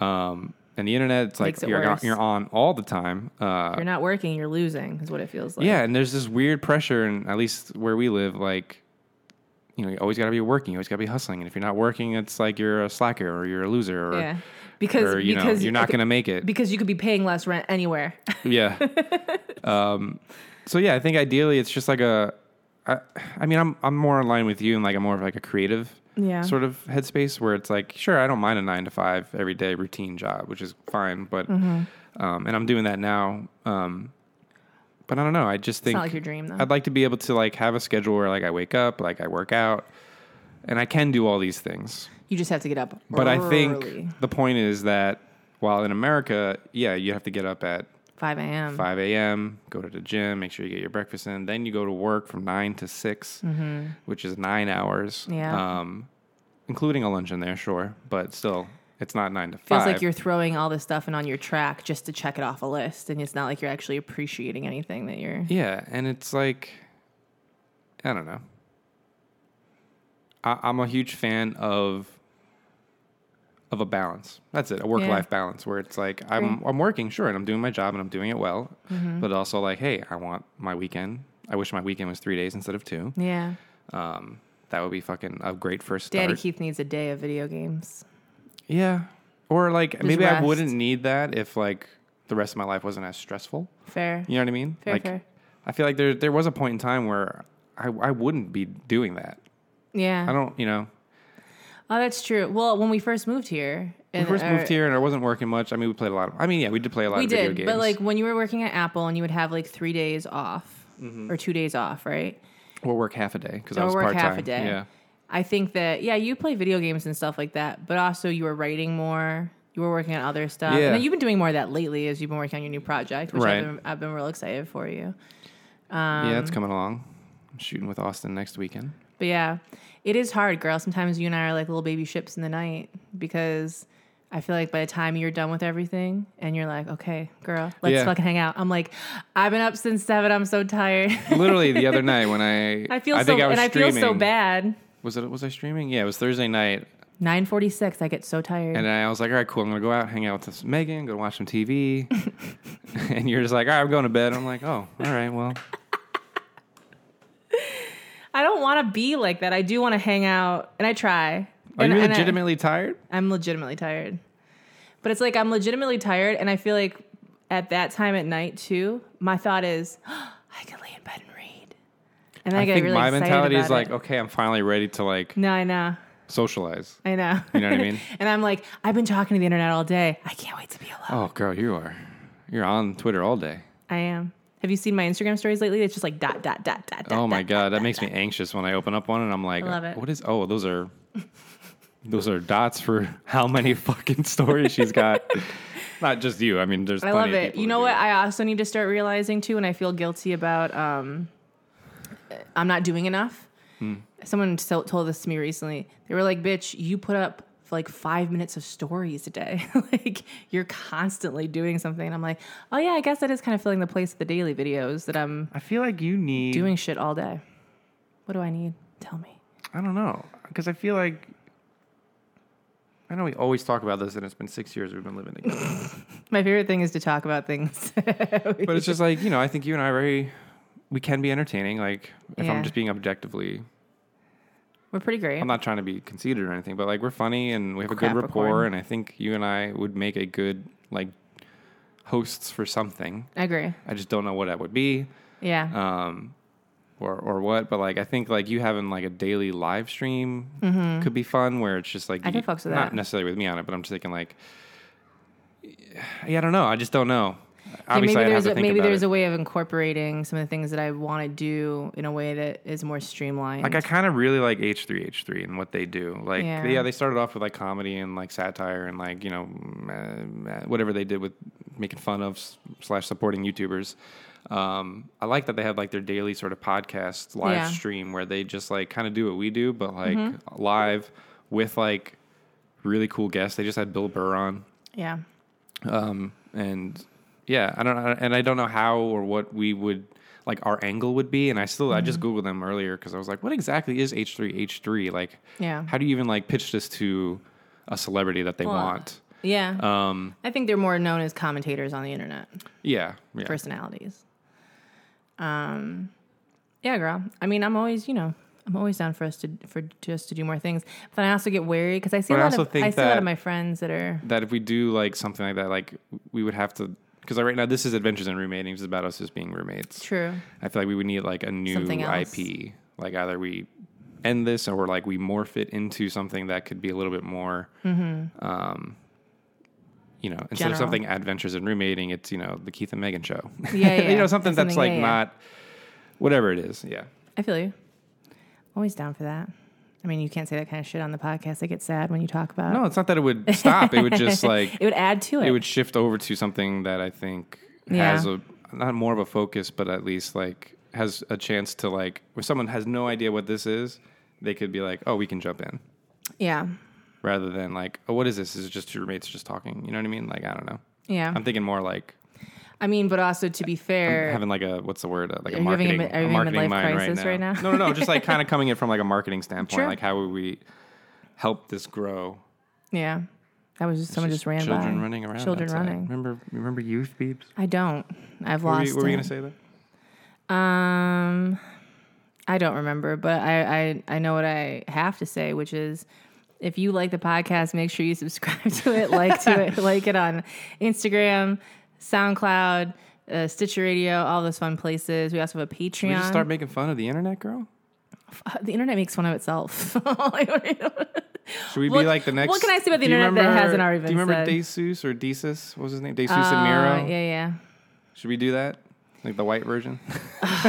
S2: um, and the internet, it's like
S1: Makes it
S2: you're on,
S1: worse.
S2: you're on all the time. Uh,
S1: If you're not working, you're losing. Is what it feels like.
S2: yeah, and there's this weird pressure, and at least where we live, like you know, you always got to be working, you always got to be hustling, and if you're not working, it's like you're a slacker or you're a loser, or,
S1: yeah. Because
S2: or you
S1: because
S2: know, you're not going to make it.
S1: because you could be paying less rent anywhere.
S2: yeah. um, so yeah, I think ideally it's just like a. I, I mean, I'm I'm more in line with you, and like I'm more of like a creative
S1: Yeah.
S2: sort of headspace where it's like, sure, I don't mind a nine to five every day routine job, which is fine, but
S1: Mm-hmm.
S2: um, and I'm doing that now. Um, but I don't know. I just think
S1: not like your dream, though.
S2: I'd like to be able to like have a schedule where like I wake up, like I work out, and I can do all these things.
S1: you just have to get up.
S2: But I
S1: early.
S2: think the point is that while in America, yeah, you have to get up at
S1: 5 a.m.
S2: 5 a.m., go to the gym, make sure you get your breakfast in. Then you go to work from 9 to 6, which is nine hours.
S1: Mm-hmm. Yeah.
S2: Um, including a lunch in there, sure. But still, it's not 9 to 5.
S1: Feels like you're throwing all this stuff in on your track just to check it off a list, and it's not like you're actually appreciating anything that you're.
S2: Yeah. And it's like, I don't know. I, I'm a huge fan of. Of a balance. That's it. A work life balance where it's like I'm I'm working, sure, and I'm doing my job and I'm doing it well.
S1: Mm-hmm.
S2: But also like, hey, I want my weekend. I wish my weekend was three days instead of two.
S1: Yeah,
S2: Um, that would be fucking a great first start.
S1: Daddy Keith needs a day of video games.
S2: Yeah. Or like maybe I
S1: rest.
S2: wouldn't need that if like the rest of my life wasn't as stressful.
S1: Fair.
S2: You know what I mean?
S1: Fair,
S2: like
S1: fair.
S2: I feel like there there was a point in time where I I wouldn't be doing that.
S1: Yeah.
S2: I don't, you know.
S1: Oh, that's true. Well, when we first moved here,
S2: We
S1: and
S2: first
S1: our-
S2: moved here and I wasn't working much. I mean, we played a lot of I mean, yeah, we did play a lot
S1: we
S2: of video
S1: did,
S2: games.
S1: but like when you were working at Apple and you would have like three days off or two days off, right?
S2: we'll work half a day cuz I
S1: Or
S2: Mm-hmm. was
S1: work
S2: part-time.
S1: half a day.
S2: Yeah.
S1: I think that yeah, you play video games and stuff like that, but also you were writing more. You were working on other stuff,
S2: Yeah.
S1: and then you've been doing more of that lately as you've been working on your new project, which
S2: Right.
S1: I've, been, I've been real excited for you.
S2: yeah,
S1: Um,
S2: it's coming along. I'm shooting with Austin next weekend.
S1: But yeah, it is hard, girl. Sometimes you and I are like little baby ships in the night because I feel like by the time you're done with everything and you're like, okay, girl, let's
S2: Yeah.
S1: fucking hang out. I'm like, I've been up since seven. I'm so tired.
S2: Literally the other night when I
S1: I feel
S2: I
S1: so
S2: think I was
S1: and I feel so
S2: streaming.
S1: bad.
S2: was it was I streaming? Yeah, it was Thursday night,
S1: Nine forty six. I get so tired.
S2: and I was like, all right, cool. I'm gonna go out, hang out with this Megan, go watch some TV, and you're just like, all right, I'm going to bed. I'm like, oh, all right, well,
S1: I don't want to be like that. I do want to hang out, and I try.
S2: are
S1: and,
S2: you
S1: and
S2: legitimately tired?
S1: I, I'm legitimately tired, but it's like I'm legitimately tired, and I feel like at that time at night too, my thought is, I can lay in bed and read, and I,
S2: I
S1: get
S2: think
S1: really
S2: my
S1: excited
S2: mentality is
S1: about
S2: like,
S1: it.
S2: okay, I'm finally ready to like
S1: no, I know,
S2: socialize.
S1: I know.
S2: You know what I mean?
S1: and I'm like, I've been talking to the internet all day. I can't wait to be alone.
S2: Oh, girl, you are. You're on Twitter all day.
S1: I am. Have you seen my Instagram stories lately? It's just like dot dot dot dot. dot,
S2: Oh my
S1: dot.
S2: god, that makes me anxious when I open up one and I'm like,
S1: love it.
S2: what is? Oh, those are those are dots for how many fucking stories she's got. Not just you. I mean, there's.
S1: I
S2: plenty
S1: love
S2: of
S1: it.
S2: people
S1: You
S2: who
S1: know
S2: do
S1: what?
S2: it.
S1: I also need to start realizing too, and I feel guilty about um, I'm not doing enough.
S2: Hmm.
S1: Someone so- told this to me recently. They were like, "Bitch, you put up like five minutes of stories a day. like you're constantly doing something." And I'm like, "Oh yeah, I guess that is kind of filling the place of the daily videos that I'm
S2: I feel like you need.
S1: doing shit all day." What do I need? Tell me.
S2: I don't know because I feel like. I know we always talk about this, and it's been six years we've been living together.
S1: My favorite thing is to talk about things.
S2: but it's just like you know, I think you and I are very, we can be entertaining. Like if
S1: Yeah.
S2: I'm just being objectively
S1: We're pretty great.
S2: I'm not trying to be conceited or anything, but like we're funny and we have a good
S1: Capricorn.
S2: rapport, and I think you and I would make a good like hosts for something.
S1: I agree.
S2: I just don't know what that would be,
S1: Yeah.
S2: um, or or what. But like I think like you having like a daily live stream could be fun, where it's just like
S1: Mm-hmm. I
S2: you-
S1: can fucks with
S2: not
S1: that.
S2: necessarily with me on it, but I'm just thinking like, yeah, I don't know. I just don't know.
S1: Yeah,
S2: Obviously,
S1: maybe
S2: I have
S1: there's
S2: to
S1: a,
S2: think
S1: maybe
S2: about
S1: there's
S2: it.
S1: a way of incorporating some of the things that I want to do in a way that is more streamlined.
S2: like I kind of really like H three H three and what they do. Like
S1: Yeah.
S2: yeah. they started off with like comedy and like satire and like you know mm, uh, whatever they did with making fun of s- slash supporting YouTubers. Um, I like that they had like their daily sort of podcast live
S1: Yeah. Mm-hmm.
S2: stream where they just like kind of do what we do, but like live with like really cool guests. They just had Bill Burr on
S1: yeah,
S2: um, and yeah, I don't, I- and I don't know how or what we would like our angle would be. And I still, I just googled them earlier because I was like, what exactly is H three H three? Like,
S1: Yeah.
S2: how do you even like pitch this to a celebrity that they
S1: Well,
S2: want?
S1: yeah.
S2: Um,
S1: I think they're more known as commentators on the internet,
S2: yeah, yeah.
S1: personalities. Um, yeah, girl. I mean, I'm always, you know, I'm always down for us to for just to do more things. But then I also get wary because I see
S2: But
S1: a
S2: I
S1: lot
S2: also
S1: of
S2: think
S1: I see a lot
S2: that-
S1: of my friends that are
S2: that if we do like something like that, like we would have to. Because right now, this is Adventures in Roommating. It's about us just being roommates.
S1: true.
S2: I feel like we would need like a new
S1: Something else.
S2: IP. Like either we end this or like we morph it into something that could be a little bit more, um, you know, instead
S1: Mm-hmm. General.
S2: of something adventures and roommating, it's you know the Keith and Megan show.
S1: Yeah, yeah,
S2: you know something that's
S1: something-
S2: like
S1: yeah, yeah.
S2: not whatever it is. Yeah,
S1: I feel you. Always down for that. I mean, you can't say that kind of shit on the podcast. I get sad when you talk about.
S2: no, it's not that it would stop. it would just like
S1: It would add to it.
S2: it would shift over to something that I think
S1: Yeah.
S2: has a not more of a focus, but at least like has a chance to like if someone has no idea what this is, they could be like, oh, we can jump in.
S1: yeah,
S2: rather than like, oh, what is this? Is it just two roommates just talking? You know what I mean? Like, I don't know.
S1: yeah.
S2: I'm thinking more like
S1: I mean, but also to be fair,
S2: having like a what's the word? Uh, like
S1: Are
S2: a
S1: you having a
S2: marketing,
S1: mi- are you having a
S2: a marketing
S1: midlife
S2: mind
S1: crisis
S2: right
S1: right
S2: now.
S1: now?
S2: no, no, no. Just like kind of coming in from like a marketing standpoint.
S1: Sure.
S2: Like, how would we help this grow?
S1: yeah, that was just someone just, ran
S2: children
S1: by.
S2: running around.
S1: Children
S2: outside.
S1: running.
S2: Remember, remember youth beeps.
S1: I don't. I've
S2: Were
S1: lost.
S2: we, were we
S1: it.
S2: gonna say that?
S1: Um, I don't remember, but I, I I know what I have to say, which is. If you like the podcast, make sure you subscribe to it, like to it, like it on Instagram, SoundCloud, uh, Stitcher Radio, all those fun places. We also have a Patreon.
S2: Did we just start making fun of the internet, girl?
S1: Uh, the internet makes fun of itself. Uh,
S2: Should we
S1: What-
S2: be like the next?
S1: what can I say about the
S2: Do you
S1: internet that hasn't already
S2: Do you
S1: been
S2: remember
S1: said?
S2: Desus or Desus? What was his name? Desus
S1: Uh, yeah,
S2: and Miro.
S1: yeah.
S2: Should we do that? Like the white version?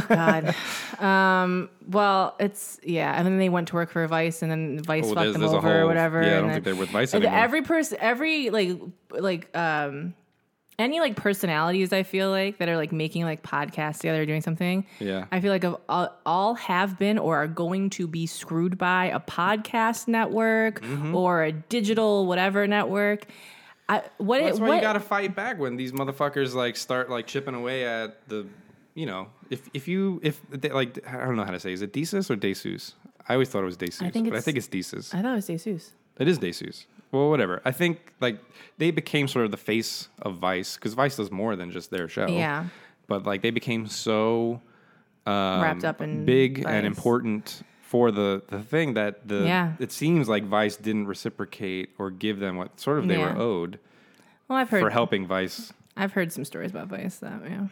S1: God. um, well, it's yeah, and then they went to work for Vice, and then Vice
S2: Oh,
S1: fucked
S2: there's-
S1: them
S2: there's a
S1: over or
S2: whole-
S1: whatever.
S2: yeah, I
S1: and
S2: don't
S1: then-
S2: think they're with Vice
S1: and
S2: anymore.
S1: Every person, every like like um, any like personalities, I feel like that are like making like podcasts together, or doing something.
S2: Yeah.
S1: I feel like of all, all have been or are going to be screwed by a podcast network
S2: Mm-hmm.
S1: or a digital whatever network. I, what
S2: That's
S1: it,
S2: why
S1: what,
S2: you gotta fight back when these motherfuckers like start like chipping away at the, you know, if if you if they, like I don't know how to say is it Desus or Desus? I always thought it was Desus,
S1: think
S2: but I
S1: it's- uh,
S2: think it's Desus.
S1: I thought it was Jesus.
S2: It is Desus. Well, whatever. I think like they became sort of the face of Vice because Vice does more than just their show.
S1: Yeah.
S2: But like they became so um,
S1: Wrapped up in
S2: big
S1: Vice.
S2: and important for the the thing that the
S1: Yeah.
S2: it seems like Vice didn't reciprocate or give them what sort of they
S1: Yeah.
S2: were owed
S1: Well, I've heard
S2: for helping Vice.
S1: I've heard some stories about Vice that yeah.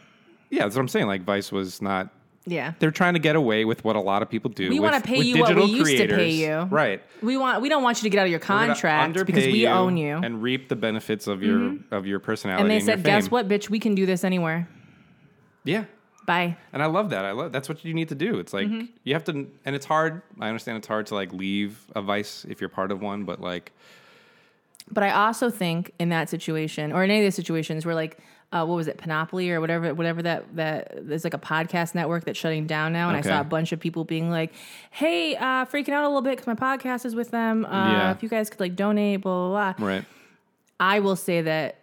S2: Yeah, that's what I'm saying. Like Vice was not
S1: Yeah.
S2: they're trying to get away with what a lot of people do.
S1: We
S2: with-
S1: wanna pay
S2: with
S1: you what
S2: digital
S1: we used to pay
S2: creators.
S1: you.
S2: Right.
S1: We want we don't want you to get out of your
S2: We're gonna
S1: contract because
S2: underpay
S1: we own you. And,
S2: and reap the benefits of your of your personality.
S1: they
S2: and
S1: said,
S2: your
S1: "Guess
S2: fame."
S1: what, bitch? We can do this anywhere."
S2: Yeah,
S1: Bye.
S2: and I love that. I love that's what you need to do. It's like
S1: Mm-hmm.
S2: you have to, and it's hard. I understand it's hard to like leave a vice if you're part of one, but like
S1: But I also think in that situation, or in any of the situations where like, uh, what was it, Panoply or whatever, whatever that that there's like a podcast network that's shutting down now, and
S2: Okay.
S1: I saw a bunch of people being like, "Hey, uh, freaking out a little bit because my podcast is with them. Uh,
S2: Yeah.
S1: If you guys could like donate, blah blah blah."
S2: right,
S1: I will say that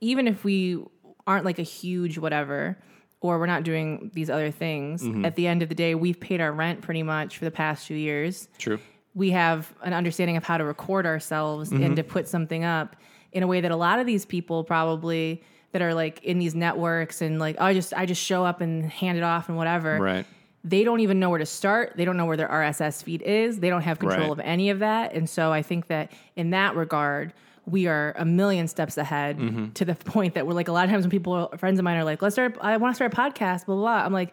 S1: even if we aren't like a huge whatever, or we're not doing these other things, at the end of the day, we've paid our rent pretty much for the past two years
S2: true.
S1: we have an understanding of how to record ourselves and to put something up in a way that a lot of these people probably that are like in these networks and like oh, I just I just show up and hand it off and whatever.
S2: Right,
S1: They don't even know where to start. They don't know where their RSS feed is. They don't have control
S2: Right.
S1: of any of that. And so I think that in that regard, we are a million steps ahead
S2: Mm-hmm.
S1: to the point that we're like a lot of times when people friends of mine are like, "Let's start. I want to start a podcast." Blah blah. blah. I'm like,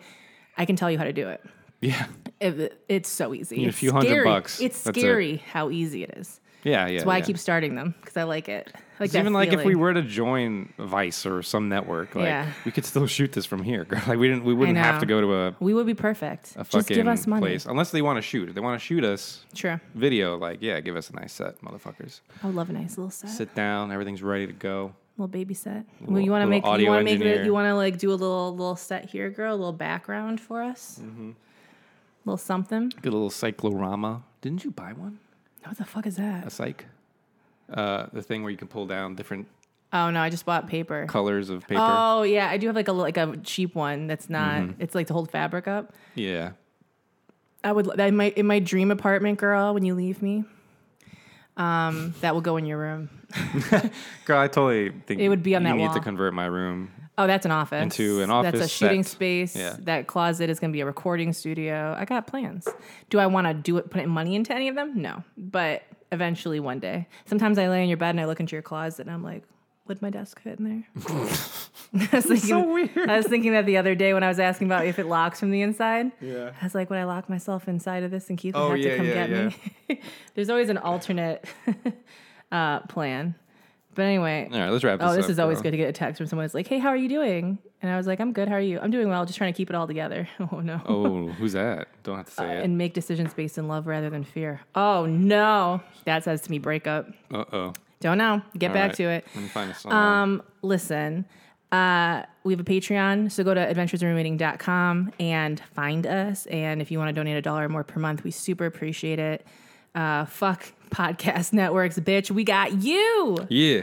S1: I can tell you how to do it
S2: yeah,
S1: it, it's so easy.
S2: need a
S1: it's
S2: few hundred
S1: scary.
S2: bucks.
S1: It's
S2: That's it.
S1: scary how easy it is.
S2: yeah, yeah.
S1: That's why I keep starting them because I like it. I like that
S2: even like if we
S1: feeling.
S2: were to join Vice or some network, like
S1: Yeah.
S2: we could still shoot this from here. girl. Like we didn't, we wouldn't have
S1: know.
S2: to go to a,
S1: we would be perfect.
S2: a fucking
S1: Just give us money.
S2: place unless they want to shoot. If they want to shoot us
S1: Sure,
S2: video, like yeah, give us a nice set, motherfuckers.
S1: I would love a nice little set,
S2: Sit down, everything's ready to go.
S1: little baby set.
S2: Little-
S1: you want to
S2: little
S1: make you
S2: audio
S1: want to make
S2: engineer.
S1: it, you want to like do a little little set here, girl. A little background for us.
S2: Mm-hmm.
S1: Little something.
S2: Get a little cyclorama. Didn't you buy one?
S1: What the fuck is
S2: A
S1: that?
S2: psych? Uh, the thing where you can pull down different
S1: Oh no, I just bought paper.
S2: colors of paper.
S1: Oh yeah, I do have like a like a cheap one that's not.
S2: Mm-hmm.
S1: It's like to hold fabric up.
S2: Yeah.
S1: I would that in my in my dream apartment, girl. When you leave me, um, that will go in your room.
S2: Girl, I totally think
S1: It would be on
S2: you
S1: that
S2: need to
S1: wall.
S2: convert my room.
S1: Oh, that's an office.
S2: Into an
S1: That's a
S2: office
S1: shooting
S2: set.
S1: space.
S2: Yeah.
S1: That closet is going to be a recording studio. I got plans. Do I want to do it? Put money into any of them? No, but eventually one day. Sometimes I lay in your bed and I look into your closet and I'm like, would my desk fit in there? I was thinking,
S2: so weird.
S1: I was thinking that the other day when I was asking about if it locks from the inside.
S2: Yeah.
S1: I was like, would I lock myself inside of this and Keith would
S2: Oh,
S1: have
S2: yeah,
S1: to come
S2: yeah,
S1: get me? There's always an alternate uh, plan. But anyway,
S2: All right, let's wrap this
S1: oh, this
S2: up,
S1: is always
S2: girl.
S1: good to get a text from someone that's like, hey, how are you doing? And I was like, I'm good. How are you? I'm doing well. Just trying to keep it all together. Oh, no.
S2: Oh, who's that? Don't have to say it.
S1: And make decisions based in love rather than fear. Oh, no. That says to me breakup.
S2: Uh oh.
S1: Don't know. Get back to it.
S2: Let me find a song.
S1: Um, listen, uh, we have a Patreon, so go to adventuresinroommating.com and find us. And if you want to donate a dollar or more per month, we super appreciate it. Uh, fuck podcast networks, bitch. We got you.
S2: yeah.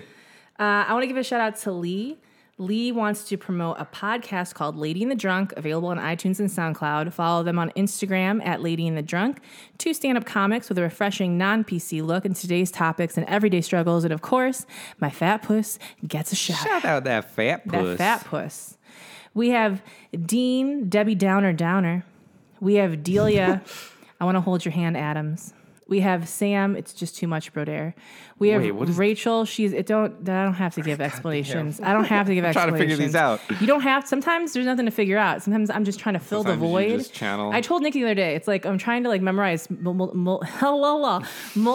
S1: Uh, I want to give a shout out to Lee. Lee wants to promote a podcast called Lady and the Drunk, available on iTunes and SoundCloud. Follow them on Instagram at Lady and the Drunk. Two stand up comics with a refreshing non PC look into today's topics and everyday struggles. And of course, my fat puss gets a shout
S2: Shout out that fat
S1: that
S2: puss.
S1: fat puss. We have Dean, Debbie Downer Downer. We have Delia. I want to hold your hand, Adams. We have Sam. It's just too much, Brodere. We have
S2: Wait, what is-
S1: Rachel. She's it. Don't I don't have to give explanations. I don't have to give
S2: trying to
S1: explanations.
S2: figure these out.
S1: You don't have. Sometimes there's nothing to figure out. Sometimes I'm just trying to fill
S2: Sometimes
S1: the
S2: you
S1: void.
S2: just channel.
S1: I told Nikki the other day. It's like I'm trying to like memorize mul- mul- mul- la, la, la,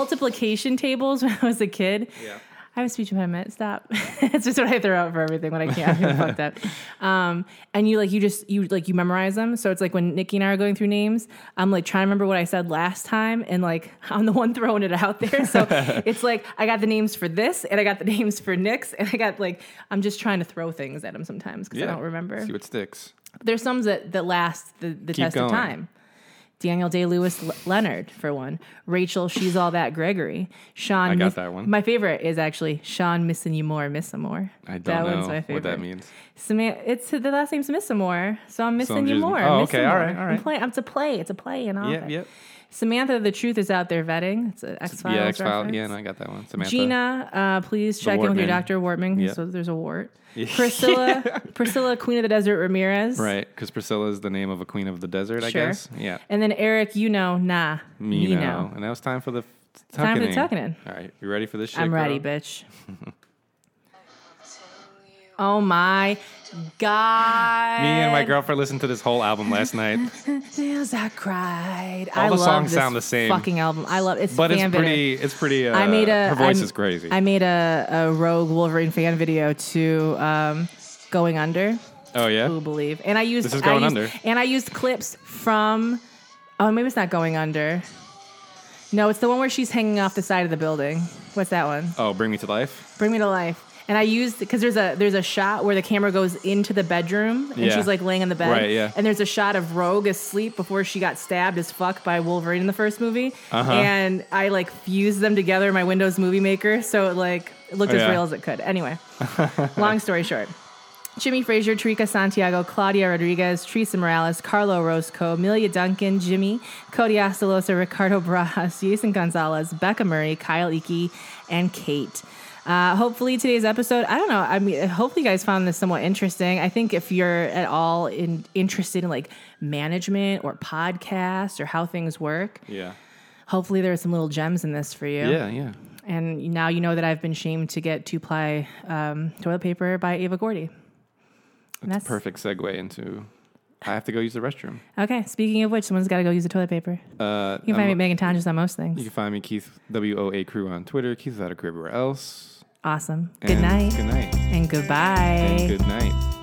S1: multiplication tables when I was a kid.
S2: Yeah.
S1: I have a speech impediment. Stop. it's just what I throw out for everything when I can't. I fucked up. Um, and you like you just you like you memorize them. So it's like when Nikki and I are going through names, I'm like trying to remember what I said last time, and like I'm the one throwing it out there. So it's like I got the names for this, and I got the names for Nick's, and I got like I'm just trying to throw things at him sometimes because
S2: Yeah.
S1: I don't remember.
S2: See what sticks.
S1: There's some that that last the, the test of
S2: going.
S1: time. Daniel Day Lewis Leonard for one. Rachel, she's all that Gregory. Sean,
S2: I got
S1: Miss-
S2: that one.
S1: My favorite is actually Sean missing you more, miss some more.
S2: I don't
S1: that
S2: know
S1: one's my favorite.
S2: what that means.
S1: Samantha, it's the last name's miss some more, so I'm missing
S2: I'm
S1: you
S2: just-
S1: more.
S2: oh,
S1: miss
S2: okay,
S1: some
S2: all
S1: more.
S2: right, all
S1: I'm
S2: right.
S1: playing. I'm to play. It's a play in office.
S2: Yep, yep.
S1: Samantha, the truth is out there vetting. It's an X Files.
S2: yeah, X Files. Yeah,
S1: reference.
S2: no, I got that one. Samantha.
S1: Gina, uh, please check in with your
S2: Wartman.
S1: doctor Wartman.
S2: Yeah.
S1: So there's a wart. Priscilla, Priscilla, Queen of the Desert Ramirez.
S2: Right, because Priscilla is the name of a queen of the desert, I
S1: Sure.
S2: guess. Yeah.
S1: And then Eric, you know, nah,
S2: Me
S1: you
S2: know. And that was time for the tucking
S1: Time for the
S2: in.
S1: tucking in.
S2: All right, you ready for this shit?
S1: I'm
S2: girl?
S1: ready, bitch. oh my god!
S2: Me and my girlfriend listened to this whole album last night,
S1: Tears I cried.
S2: All
S1: I
S2: the
S1: love
S2: songs
S1: this
S2: sound the same.
S1: Fucking album. I love it's.
S2: but
S1: fan
S2: it's
S1: video.
S2: pretty. It's pretty. Uh,
S1: I made a.
S2: her voice
S1: I-
S2: is crazy.
S1: I made a, a Rogue Wolverine fan video to um, Going Under.
S2: oh yeah.
S1: Who believe? And I used.
S2: This is
S1: I
S2: Going
S1: used-
S2: Under.
S1: And I used clips from. Oh, maybe it's not Going Under. No, it's the one where she's hanging off the side of the building. What's that one?
S2: Oh, bring me to life.
S1: Bring Me to Life. And I used because there's a there's a shot where the camera goes into the bedroom and
S2: Yeah.
S1: she's like laying in the bed.
S2: Right, yeah.
S1: And there's a shot of Rogue asleep before she got stabbed as fuck by Wolverine in the first movie.
S2: Uh-huh.
S1: And I like fused them together in my Windows Movie Maker, so it like it looked as
S2: Oh, Yeah.
S1: real as it could. Anyway, long story short. Jimmy Frazier, Tarika Santiago, Claudia Rodriguez, Teresa Morales, Carlo Roscoe, Amelia Duncan, Jimmy, Cody Astelosa, Ricardo Barajas, Jason Gonzalez, Becca Murray, Kyle Icky, and Kate. Uh, hopefully today's episode, I don't know, I mean, hopefully you guys found this somewhat interesting. I think if you're at all in, interested in like management or podcasts or how things work,
S2: Yeah.
S1: hopefully there are some little gems in this for you.
S2: Yeah, yeah.
S1: And now you know that I've been shamed to get two-ply um, toilet paper by Ava Gordy. And that's
S2: Perfect segue into. I have to go use the restroom.
S1: Okay. Speaking of which, someone's got to go use the toilet paper.
S2: Uh,
S1: You can find me
S2: I'm-
S1: at Megan Tonjes on most things.
S2: you can find me Keith W O A Crew on Twitter. Keith without a crew everywhere else.
S1: awesome. Good
S2: And
S1: night
S2: Good night.
S1: and goodbye.
S2: And good night.